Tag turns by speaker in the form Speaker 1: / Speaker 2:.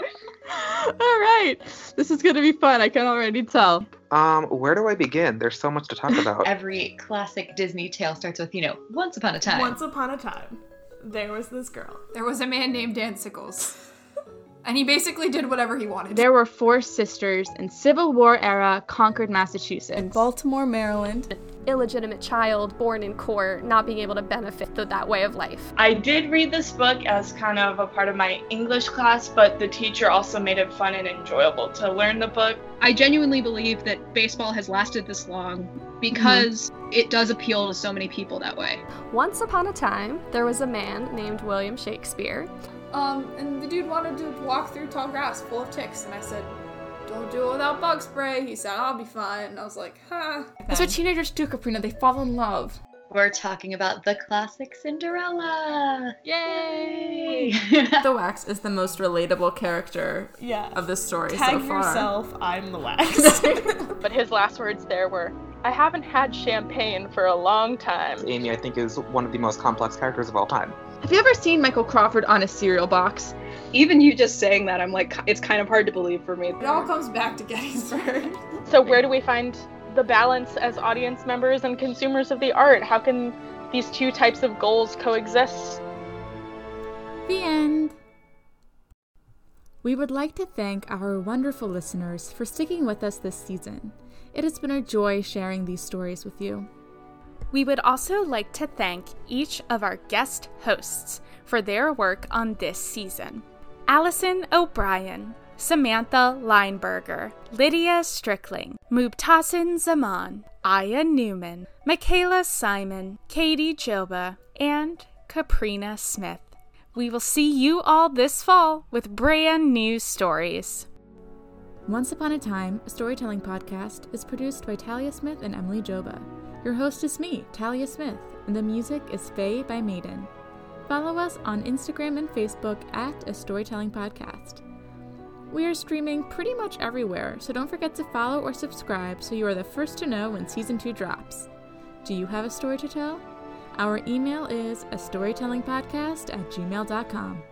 Speaker 1: All right. This is going to be fun. I can already tell.
Speaker 2: Um, where do I begin? There's so much to talk about.
Speaker 3: Every classic Disney tale starts with, you know, once upon a time.
Speaker 4: Once upon a time, there was this girl.
Speaker 5: There was a man named Dan Sickles. and he basically did whatever he wanted.
Speaker 1: There were four sisters in Civil War era Concord, Massachusetts.
Speaker 6: In Baltimore, Maryland.
Speaker 7: Illegitimate child born in court, not being able to benefit th- that way of life.
Speaker 8: I did read this book as kind of a part of my English class, but the teacher also made it fun and enjoyable to learn the book.
Speaker 9: I genuinely believe that baseball has lasted this long because mm-hmm. it does appeal to so many people that way.
Speaker 7: Once upon a time, there was a man named William Shakespeare
Speaker 5: um, and the dude wanted to walk through tall grass full of ticks, and I said, "Don't do it without bug spray." He said, "I'll be fine," and I was like, "Huh."
Speaker 6: That's what teenagers do, Caprina. They fall in love.
Speaker 3: We're talking about the classic Cinderella.
Speaker 1: Yay!
Speaker 6: the Wax is the most relatable character
Speaker 4: yeah.
Speaker 6: of this story
Speaker 4: Tag
Speaker 6: so far.
Speaker 4: yourself, I'm the Wax.
Speaker 8: but his last words there were, I haven't had champagne for a long time.
Speaker 2: Amy, I think, is one of the most complex characters of all time.
Speaker 1: Have you ever seen Michael Crawford on a cereal box?
Speaker 9: Even you just saying that, I'm like, it's kind of hard to believe for me.
Speaker 5: It all comes back to Gettysburg.
Speaker 8: so, where do we find the balance as audience members and consumers of the art? How can these two types of goals coexist?
Speaker 10: The end. We would like to thank our wonderful listeners for sticking with us this season. It has been a joy sharing these stories with you.
Speaker 7: We would also like to thank each of our guest hosts for their work on this season Allison O'Brien, Samantha Lineberger, Lydia Strickling, Mubtasin Zaman, Aya Newman, Michaela Simon, Katie Joba, and Kaprina Smith. We will see you all this fall with brand new stories.
Speaker 10: Once Upon a Time, a storytelling podcast, is produced by Talia Smith and Emily Joba. Your host is me, Talia Smith, and the music is Faye by Maiden. Follow us on Instagram and Facebook at A Storytelling Podcast. We are streaming pretty much everywhere, so don't forget to follow or subscribe so you are the first to know when season 2 drops. Do you have a story to tell? Our email is a storytellingpodcast at gmail.com.